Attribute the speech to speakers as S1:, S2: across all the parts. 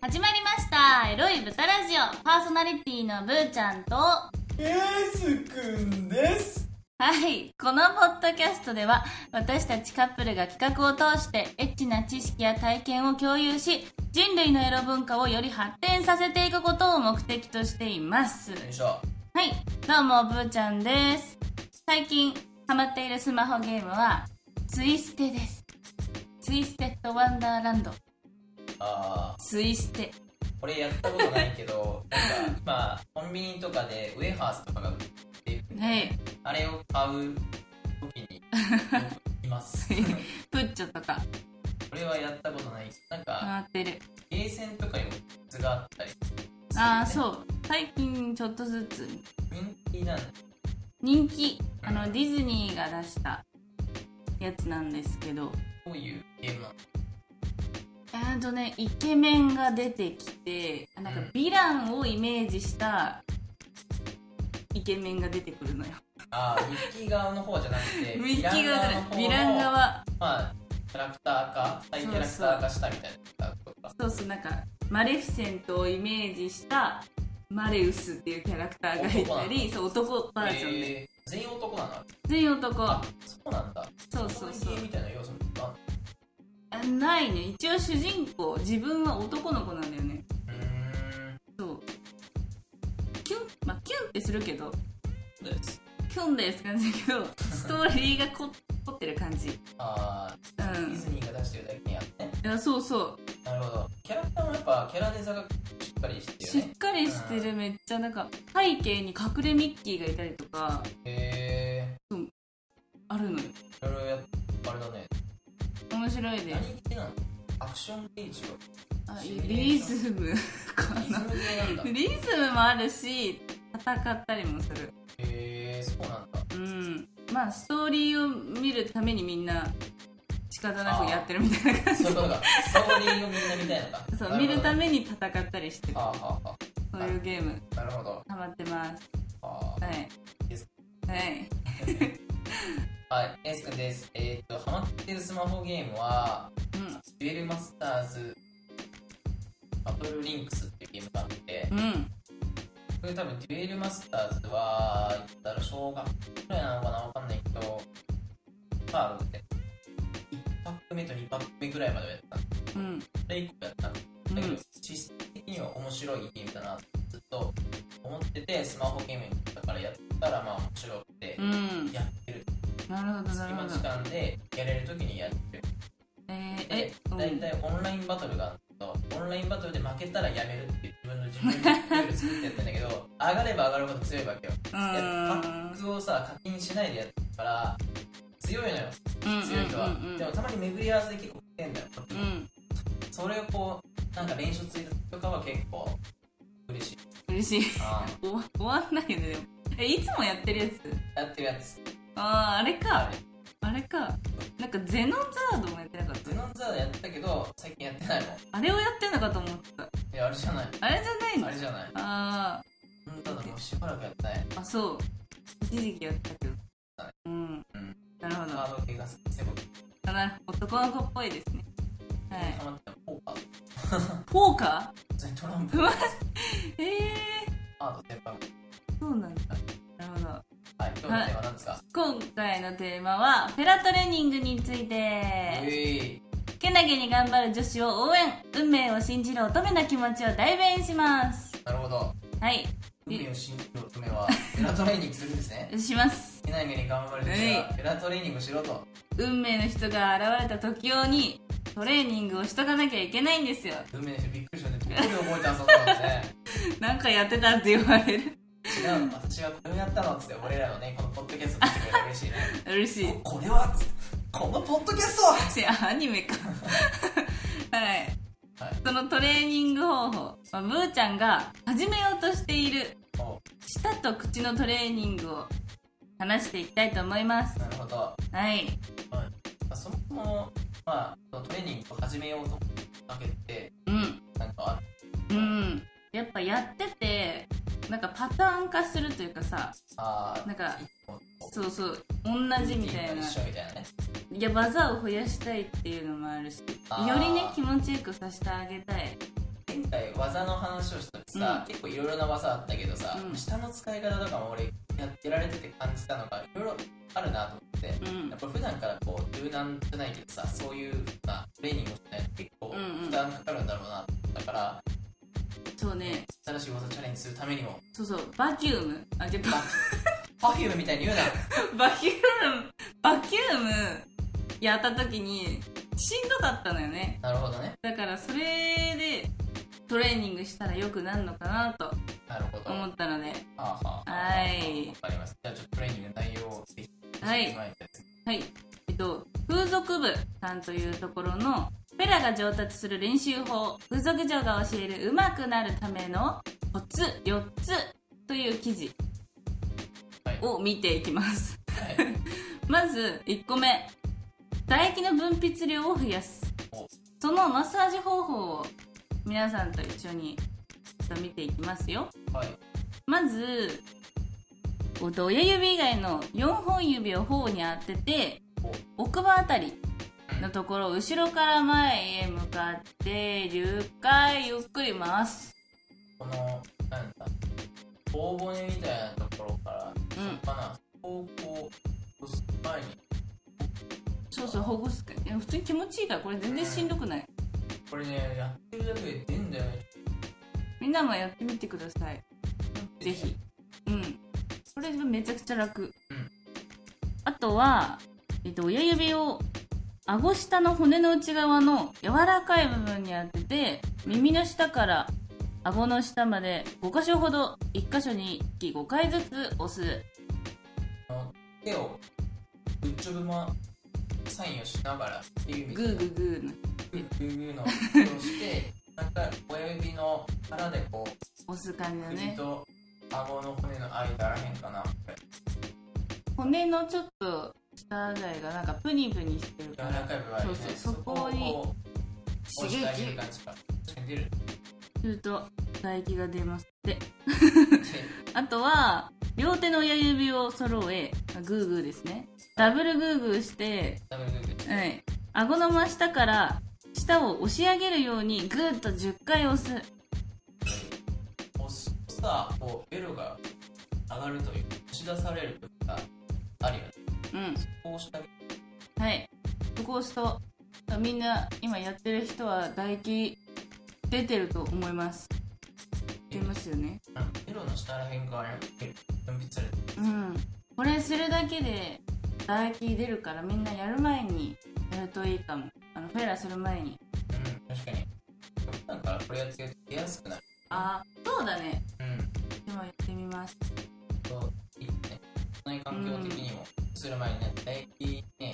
S1: 始まりましたエロい豚ラジオパーソナリティのぶーちゃんとは
S2: エースくんです
S1: いこのポッドキャストでは私たちカップルが企画を通してエッチな知識や体験を共有し人類のエロ文化をより発展させていくことを目的としています
S2: よいしょ
S1: はいどうもぶーちゃんです最近ハマっているスマホゲームはツイステですツイステッドワンダーランド
S2: ああ
S1: ツイステ
S2: 俺やったことないけどなんか今コンビニとかでウェハースとかが売ってる
S1: はい
S2: あれを買う時にいます
S1: プッチョとか
S2: 俺はやったことないなんか
S1: 回ってる
S2: ゲーセンとかにもグッズがあったりするよね、
S1: ああそう最近ちょっとずつ
S2: 人気なんだ
S1: 人気あのディズニーが出したやつなんですけど
S2: どういうゲームなの
S1: えーとねイケメンが出てきてあなんか
S2: うん
S1: ヴィランをイメージしたイケメンが出てくるのよ
S2: あ あミッキー側の方じゃなくて
S1: ミッキー側じゃないヴ
S2: ヴィ
S1: ィ
S2: ラ
S1: ラ
S2: ン
S1: ン
S2: 側の方の
S1: 側
S2: まあキャラクター化再キャラクター化したみたいなことか
S1: そうそうなんかマレフィセントをイメージしたマレウスっていうキャラクターがいたりそう男バージョンで、
S2: えー全員男なの
S1: 全員男
S2: あそうなんだ
S1: そうそうそ
S2: コ
S1: う
S2: ミュニティみたいな要素もあ
S1: あないね一応主人公自分は男の子なんだよね
S2: うーん
S1: そうキュンまあキュンってするけど
S2: そうです
S1: キュンです感じだけどストーリーがこ凝ってる感じ
S2: あ
S1: う
S2: ーデ
S1: ん
S2: ィズニーが出してるだけにあってね
S1: いやそうそう
S2: なるほどキャラクターもやっぱキャラデザがしっかりして
S1: し
S2: るよね
S1: っかりしてるめっちゃなんか背景に隠れミッキーがいたりとか
S2: へ
S1: あるのよ
S2: えいろいろやっあれだね
S1: 面白いで
S2: 何系なのアクションゲージ は
S1: あリズムか
S2: リズ
S1: な
S2: ム系なんだ へ
S1: リズムもあるし戦ったりもする
S2: えそうなんだ
S1: うんまあストーリーを見るためにみんな仕方なくやってるみたいな感じ
S2: そういうことかストーリーをみんな見たいのか
S1: そう見るた
S2: め
S1: めに戦ったりしてる
S2: はあはあは
S1: そういうゲーム
S2: あなるほど
S1: ハマってます
S2: は
S1: はい
S2: いです
S1: はい
S2: あはいエースくんですえーっとハマってるスマホゲームはデュエルマスターズバトルリンクスっていうゲームがあって
S1: うんうん
S2: これ多分デュエルマスターズは言ったら小学校くらいなのかなわかんないけどカードで1パック目と2パック目ぐらいまではやったそ
S1: うん
S2: れ以降やったんだ
S1: う
S2: けど、
S1: ん
S2: 実質的には面白いゲームだなってずっと思っててスマホゲームだからやったらまあ面白くて
S1: うん
S2: やってる
S1: なるほどな
S2: 隙
S1: る
S2: 間
S1: ほ
S2: 時
S1: ど
S2: 間でやれる時にやってる
S1: えー、
S2: で
S1: えうん
S2: 大体オンラインバトルがあるとオンラインバトルで負けたらやめるっていう自分の自分でルール作ってやったんだけど上がれば上がるほど強いわけよ
S1: う
S2: で
S1: ーん
S2: パックをさ課金しないでやってるから強いのよ強い人は、
S1: うんうんうん
S2: でもたまに巡り合わせで結構来てんだよ、
S1: うんうん
S2: それをこうなんか練習ついた時とかは結構嬉しい
S1: 嬉しい
S2: あ
S1: 終わ終わんないよねでもえいつもやってるやつ
S2: ーやってるやつ
S1: あああれ
S2: あ
S1: か
S2: れ
S1: あれかなんかゼノンザードもやってなかっ
S2: ゼノンザードやったけど最近やってないもんい
S1: たあれをやってんのかと思った
S2: やあれじゃない
S1: あれじゃないの
S2: あれじゃない
S1: あ
S2: ゼノンザードもうしばらくやってない
S1: ーあそう一時期やったけど
S2: は
S1: うん
S2: うん
S1: なるほ
S2: カ
S1: ど
S2: ード系がすごい
S1: かな男の子っぽいですねはい
S2: ハマってるポーカー
S1: ポーカ
S2: 普通にトランプ
S1: ーう わええ
S2: アート全般は
S1: ー、そうなんだなるほど
S2: い今日のテーマなんですか
S1: 今回のテーマはフェラトレーニングについうて
S2: い
S1: けなげに頑張る女子を応援運命を信じる乙女な気持ちを代弁します
S2: なるほど
S1: はい
S2: 運命を信じる乙女はフェラトレーニングするんですね
S1: します
S2: けない目に頑張る女子はフェラトレーニングしろと
S1: 運命の人が現れた時用にトレーニングをしとかなきゃいけないんですよ
S2: 運命の人びっくりしたねどこで覚えたんそんなのね
S1: なんかやってたって言われる
S2: 違 うの私はこれをやったのっつって俺らのねこのポッドキャスト見てくれたら嬉しいね
S1: 嬉しい
S2: ここれはっつってこのポッドキャストは
S1: 違うアニメか はい、
S2: はい
S1: そのトレーニング方法、まあ、ブーちゃんが始めようとしている
S2: お
S1: 舌と口のトレーニングを話していきたいと思います
S2: なるほど、ま
S1: はい
S2: あ、そもそも、まあ、そのトレーニングを始めようと思ったわけって
S1: うん
S2: なんか
S1: うんやっぱやっててなんかパターン化するというかさ
S2: ああ
S1: なんか
S2: こう
S1: そうそう同じみたい
S2: ルーティンが
S1: な
S2: 一緒みたいなね
S1: いや技を増やしたいっていうのもあるしよ
S2: あー
S1: りね気持ちよくさせてあげたい
S2: 前回技の話をした時さ、
S1: う
S2: 結構いろいろな技あったけどさ、
S1: うん
S2: 下の使い方とかも俺やってられてて感じたのがいろいろあるなと思って、
S1: うん
S2: やっぱ普段からこう柔軟じゃないけどさそういうなトレーニングをしないと結構
S1: うんうん
S2: 負担かかるんだろうなだから
S1: そうね
S2: 新しい技チャレンジするため にも
S1: そうそうバキュームあじゃあ
S2: パフュームみたいに言うな
S1: バキューム、 バキュームやった時にしんどかったのよね。
S2: なるほどね
S1: だからそれでトレーニングしたら良くなるのかなと
S2: なるほど、
S1: 思ったので、
S2: はあはあ
S1: はい
S2: わかりますじゃあちょっとトレーニングの内容をぜひ
S1: はい
S2: 聞いてもらいたいです
S1: はい。えっと、風俗部さんというところのペラが上達する練習法、風俗嬢が教える上手くなるためのコツ4つという記事
S2: はい
S1: を見ていきます。
S2: はい
S1: まず1個目唾液の分泌量を増やす
S2: お
S1: そのマッサージ方法を皆さんと一緒にちょっと見ていきますよ
S2: はい
S1: まずお親指以外の4本指を頬に当てて奥歯あたりのところを後ろから前へ向かって10回ゆっくり回す
S2: このなんだ頬骨みたいなところから、
S1: うん
S2: そっかなこうこう前に
S1: そうそうほぐすいや普通に気持ちいいからこれ全然しんどくない
S2: これねやってるだけで出んだよね
S1: みんなもやってみてくださいぜひ。うん。これめちゃくちゃ楽。
S2: うん
S1: あとは、えっと、親指を顎下の骨の内側の柔らかい部分に当てて、耳の下から顎の下まで5箇所ほど、1箇所に1機5回ずつ押す。
S2: あの手をグッジョブマサインをしながらっていう意味
S1: グーグーグーの
S2: グーグーグーの をしてなんか親指の腹でこう
S1: 押す感じだ
S2: 首
S1: ね。
S2: と顎の骨の間らへんかなこれ
S1: 骨のちょっと下あたりがなんかプニプニしてるか
S2: 柔ら
S1: ら、
S2: かい部分あるよね
S1: そうそうそこに
S2: をこう
S1: 刺
S2: 押してあげる
S1: 激
S2: 感じか確かに出る
S1: すると唾液が出ますって。
S2: 手
S1: あとは両手の親指を揃えあグーグーですねダブルグーグーして、
S2: ダブルグーグー
S1: はい、顎の真下から下を押し上げるようにグーッと10回押す
S2: 押すとさこうベロが上がるという押し出されるというかあるよね
S1: うん
S2: こうしたら
S1: はいそこを押すとあみんな今やってる人は唾液出てると思います出ますよね
S2: ベロの下らへん側に分泌されて
S1: うんこれするだけで唾液出るからみんなやる前にやるといいかもあのフェラする前に
S2: うん確かになんかこれやってると出やすくなる
S1: あーそうだね
S2: うん
S1: 今やってみます
S2: そういいね内環境的にもする前にね唾液ね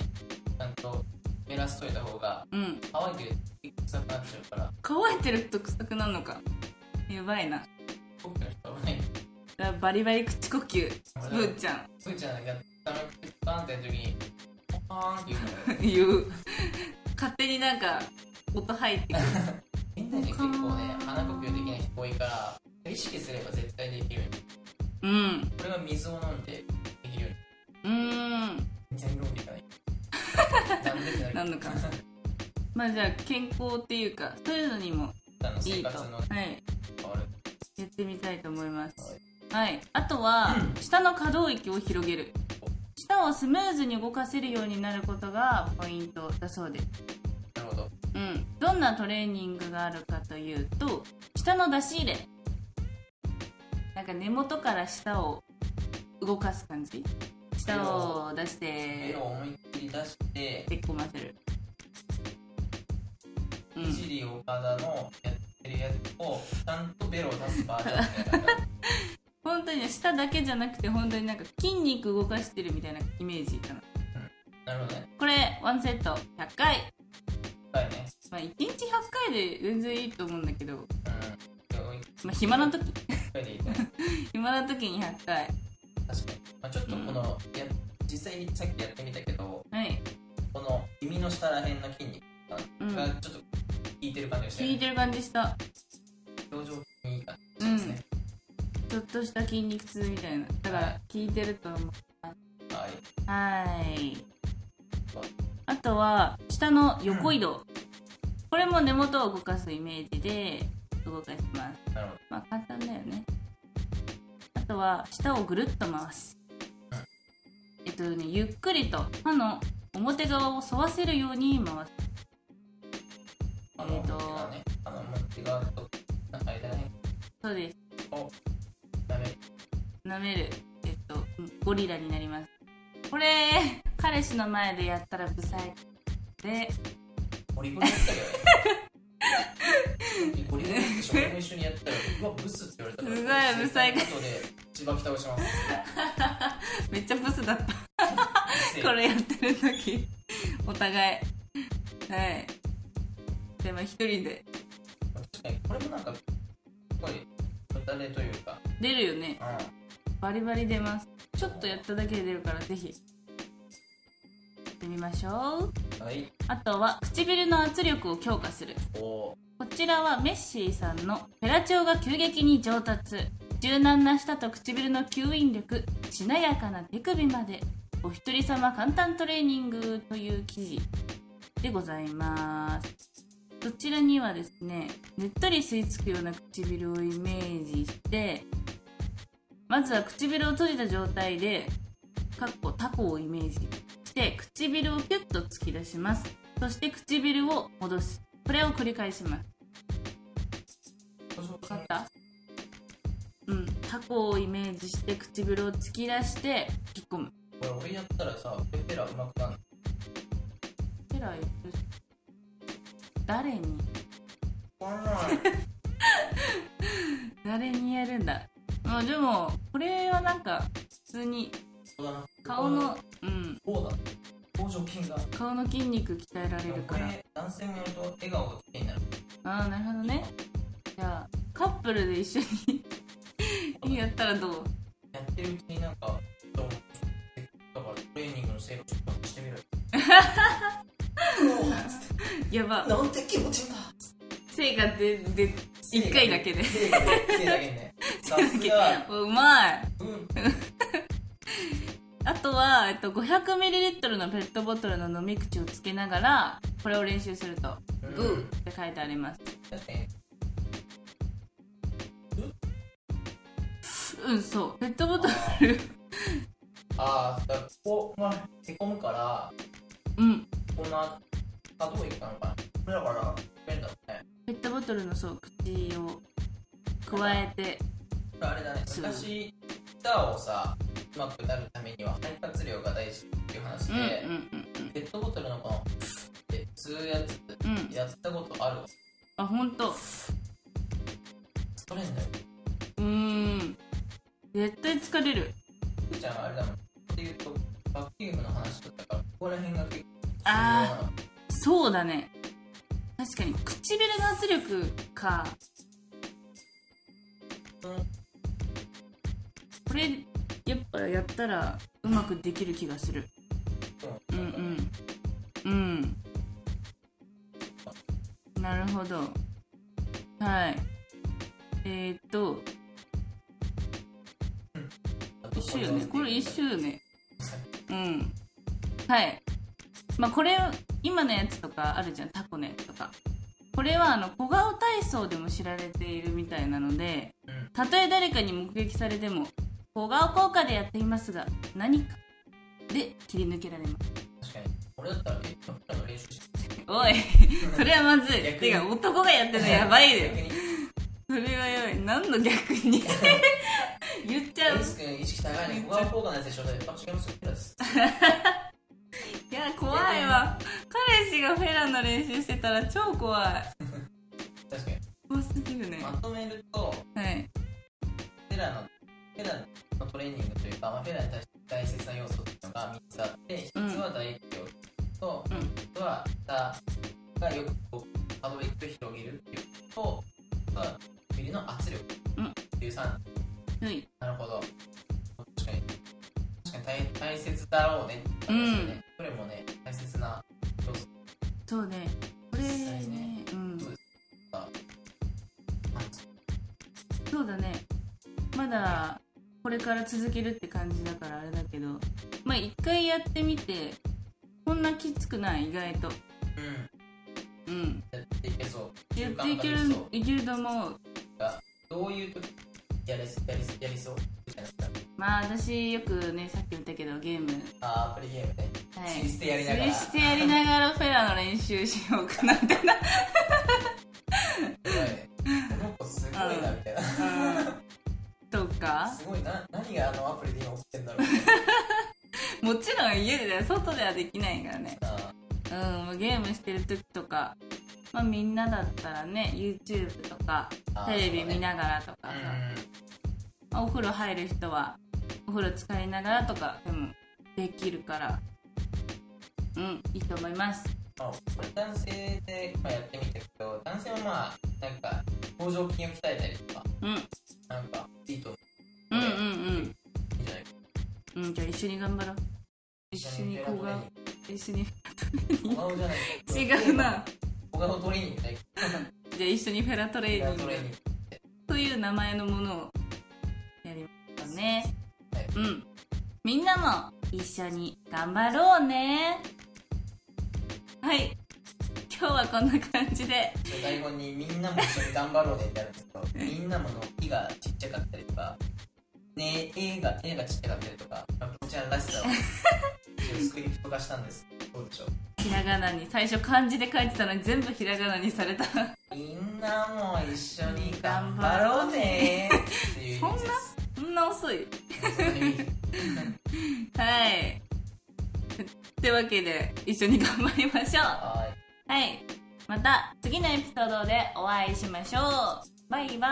S2: ちゃんと減らしといた方が
S1: うん
S2: 乾いてると臭くなっちゃうから
S1: 乾いてると臭くなるのかやばいな
S2: 僕の人はね
S1: だからバリバリ口呼吸ブーちゃん
S2: ブーちゃんがダメくてバーンってやる時にポカーンって言うの
S1: 言
S2: よ
S1: う勝手になんか音入ってく る
S2: みんなに結構ね鼻呼吸できない人多いから意識すれば絶対できる
S1: うん
S2: これは水を飲んでできるよう
S1: うーん
S2: に全然飲んでいかない なんでってなる
S1: なんのかまあじゃあ健康っていうかそういうのにも
S2: あの
S1: い
S2: 生
S1: いと
S2: 活の
S1: はい
S2: 変わる
S1: やってみたいと思いますはいあと は下の可動域を広げる舌をスムーズに動かせるようになることがポイントだそうです
S2: なるほど
S1: うん、どんなトレーニングがあるかというと舌の出し入れなんか根元から舌を動かす感じ舌を出し
S2: 手
S1: て
S2: を思いっきり出して
S1: でっこませるう
S2: い
S1: ん
S2: じり岡田のやってるやつをちゃんとベロを出すバージョンみたいな
S1: 本当にね舌だけじゃなくて本当になんか筋肉動かしてるみたいなイメージかな
S2: なるほどね
S1: これワンセット100回、
S2: 深いね
S1: まあ、1日100回で全然いいと思うんだけど、
S2: うん
S1: まあ、暇な時
S2: 1回でいいね
S1: 暇な時に100回
S2: 確かに、まあ、ちょっとこの、や実際にさっきやってみたけど
S1: はい
S2: この耳の下らへんの筋肉
S1: うん
S2: がちょっと効いてる感じがして、
S1: 聞いてる感じした
S2: 表情にいい感じですね、
S1: ちょっとした筋肉痛みたいなだか
S2: は
S1: ら聞いてると思う
S2: はい
S1: はーいあとは下の横移動、これも根元を動かすイメージで動かします
S2: なるほど。
S1: まあ簡単だよねあとは舌をぐるっと回すえっとねゆっくりと歯の表側を沿わせるように回す
S2: あの、
S1: えっと
S2: 手がね、あの、手がと、なんか間に、
S1: そうです
S2: ダメ。
S1: 舐めるえっとうんゴリラになりますこれ彼氏の前でやったら不細工で
S2: ゴリゴリやったけどね。ゴリゴリやったし、俺も一緒にやったよ。うわ、ブスって言われたから。
S1: うわブサイク
S2: 後で、しばき倒します。
S1: めっちゃブスだった
S2: ブス
S1: これやってる時お互いはいでも一人で
S2: 確かに、これもなんか、すごい、よだれというか、
S1: 出るよね
S2: う。
S1: バリバリ出ますちょっとやっただけで出るからぜひやってみましょうん
S2: はい。
S1: あとは唇の圧力を強化する
S2: おー
S1: こちらはメッシーさんのフェラチオが急激に上達柔軟な舌と唇の吸引力しなやかな手首までお一人様簡単トレーニングという記事でございますそちらにはですねねっとり吸い付くような唇をイメージしてまずは唇を閉じた状態でかっこタコをイメージして唇をキュッと突き出しますそして唇を戻すこれを繰り返します分かったうんタコをイメージして唇を突き出して引っ込む
S2: これ俺やったらさ、ペペラうまくなる
S1: ペラ言ってる誰に
S2: わかんない。
S1: 誰にやるんだまあでもこれはなんか普通に
S2: そうだな
S1: 顔のうん
S2: そうだ。表情筋が。
S1: 顔の筋肉鍛えられ
S2: で
S1: る
S2: もこ
S1: から
S2: れ、男性もやると笑顔が綺麗になる。
S1: ああなるほどねじゃあカップルで一緒に やったらどう
S2: やってるうちになんか、どうもだからトレーニングの成功をしてみる。
S1: やば
S2: なんて気持ちいいんだ
S1: 成果でで一回だけで
S2: 一回だけでね。さすが、
S1: うまい
S2: うん。
S1: あとは、えっと、500ml のペットボトルの飲み口をつけながらこれを練習すると「グー」って書いてあります
S2: 確かに、
S1: うんそうペットボトル
S2: ああ、だからここ、まあ、へこむから、
S1: うん
S2: こんな、あ、どこ行ったのかな。これだから、便利だね。
S1: ペットボトルのそう口を加えて
S2: これあれだね、
S1: そう
S2: 昔、ギターをさ、うまくなるためには肺活量が大事っていう話
S1: うんうん
S2: で、ペットボトルのこの、って吸うやつ、
S1: うんうん
S2: やったことあるわ。
S1: あ本当。
S2: 疲れんだよ。
S1: うーん絶対疲れる
S2: ふーちゃんはあれだもん。っていうと、バッキングの話だったから、ここら辺が結構
S1: あそうだね確かに唇の圧力か
S2: 重要なの。
S1: これやっぱやったらうまくできる気がするう
S2: うんん
S1: う
S2: うんうん
S1: んうんなるほどはいえー、っと一緒よねこれ一緒よねうんはいまあこれ今のやつとかあるじゃんタコのやつとかこれはあの小顔体操でも知られているみたいなので
S2: うん
S1: たとえ誰かに目撃されても小顔効果でやっていますが何かで切り抜けられます
S2: 確かに俺だったらえっの練習して
S1: おいそれはまずい
S2: 逆に
S1: てか男がやってるのやばい
S2: 逆
S1: で
S2: に
S1: それはやばい何の逆 に言っちゃう
S2: リス君意識高いね小顔効果のやつでしょだってあ違いますよです
S1: いや怖いわ彼氏がフェラの練習してたら超怖い
S2: 確かに
S1: 怖すぎるね
S2: まとめると
S1: はい
S2: フェラのフェラのトレーニングというか、まあ、フェラに対して大切な要素っていうのが3つあって
S1: うん
S2: 1つは唾液量と
S1: うん
S2: 1つは舌がよくこう可動域を広げるっていうこととあとは唇の圧力
S1: うん
S2: っていう3
S1: はい
S2: なるほど。確かに。確かに大大切だろうね。
S1: うん
S2: ね。これもね、大切な要素
S1: そうねこれ
S2: 実
S1: ね
S2: 際ね
S1: うん
S2: だ。
S1: そうだねまだこれから続けるって感じだからあれだけどまあ一回やってみてこんなきつくない意外と
S2: うん。
S1: うん
S2: やっていけそう。
S1: いや
S2: 習
S1: っ
S2: 慣化
S1: ていける
S2: できそう
S1: いけると思う
S2: どういう時やりやりやりそうみたいな
S1: まあ私よくねさっき言ったけどゲーム
S2: あーアプリゲームね
S1: はい
S2: 釣りしてやりながら
S1: 釣りしてやりながらフェラの練習しようかなみたいな
S2: すごいねこの子すごいなみたいな
S1: とか
S2: すごいな何があのアプリで今起きてんだろう
S1: もちろん家でね外ではできないからね
S2: な
S1: うんもうゲームしてる時とかまあみんなだったらね YouTube とか
S2: あ ー
S1: テレビ見
S2: そうだ
S1: な
S2: ね
S1: がらとかさ、
S2: う
S1: まあお風呂入る人はお風呂浸かりながらとかでもできるからうんいいと思います
S2: んまあ男性で今やってみたけど男性はまあなんか甲状筋を鍛えたりとか
S1: うん
S2: なんかいいと思
S1: うんうん
S2: うんじゃないか
S1: うんうんじゃあ一緒に頑張ろう一緒に小顔一緒に
S2: 小顔じゃない
S1: 違うな
S2: 小顔トレーニングね
S1: じゃあ一緒にフェラトレ
S2: 小
S1: ーニン
S2: 顔トレーニン
S1: グ
S2: グ
S1: という名前のものをやりましたね
S2: はい
S1: うんみんなも一緒に頑張ろうねはい今日はこんな感じで
S2: 台本にみんなも一緒に頑張ろうねってあるんですけど、みんなもの「い」がちっちゃかったりとか、ねえ、A が、A がちっちゃかったりとか、まあこちららしさをスクリプト化したんですけど、どうでしょう。
S1: ひらがなに最初漢字で書いてたのに全部ひらがなにされた
S2: みんなも一緒に頑張ろうねっていう意味です。
S1: そんな遅い
S2: そんな意味です
S1: はい ってわけで一緒に頑張りましょう
S2: は
S1: はいまた次のエピソードでお会いしましょうバイバ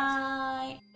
S1: ーイ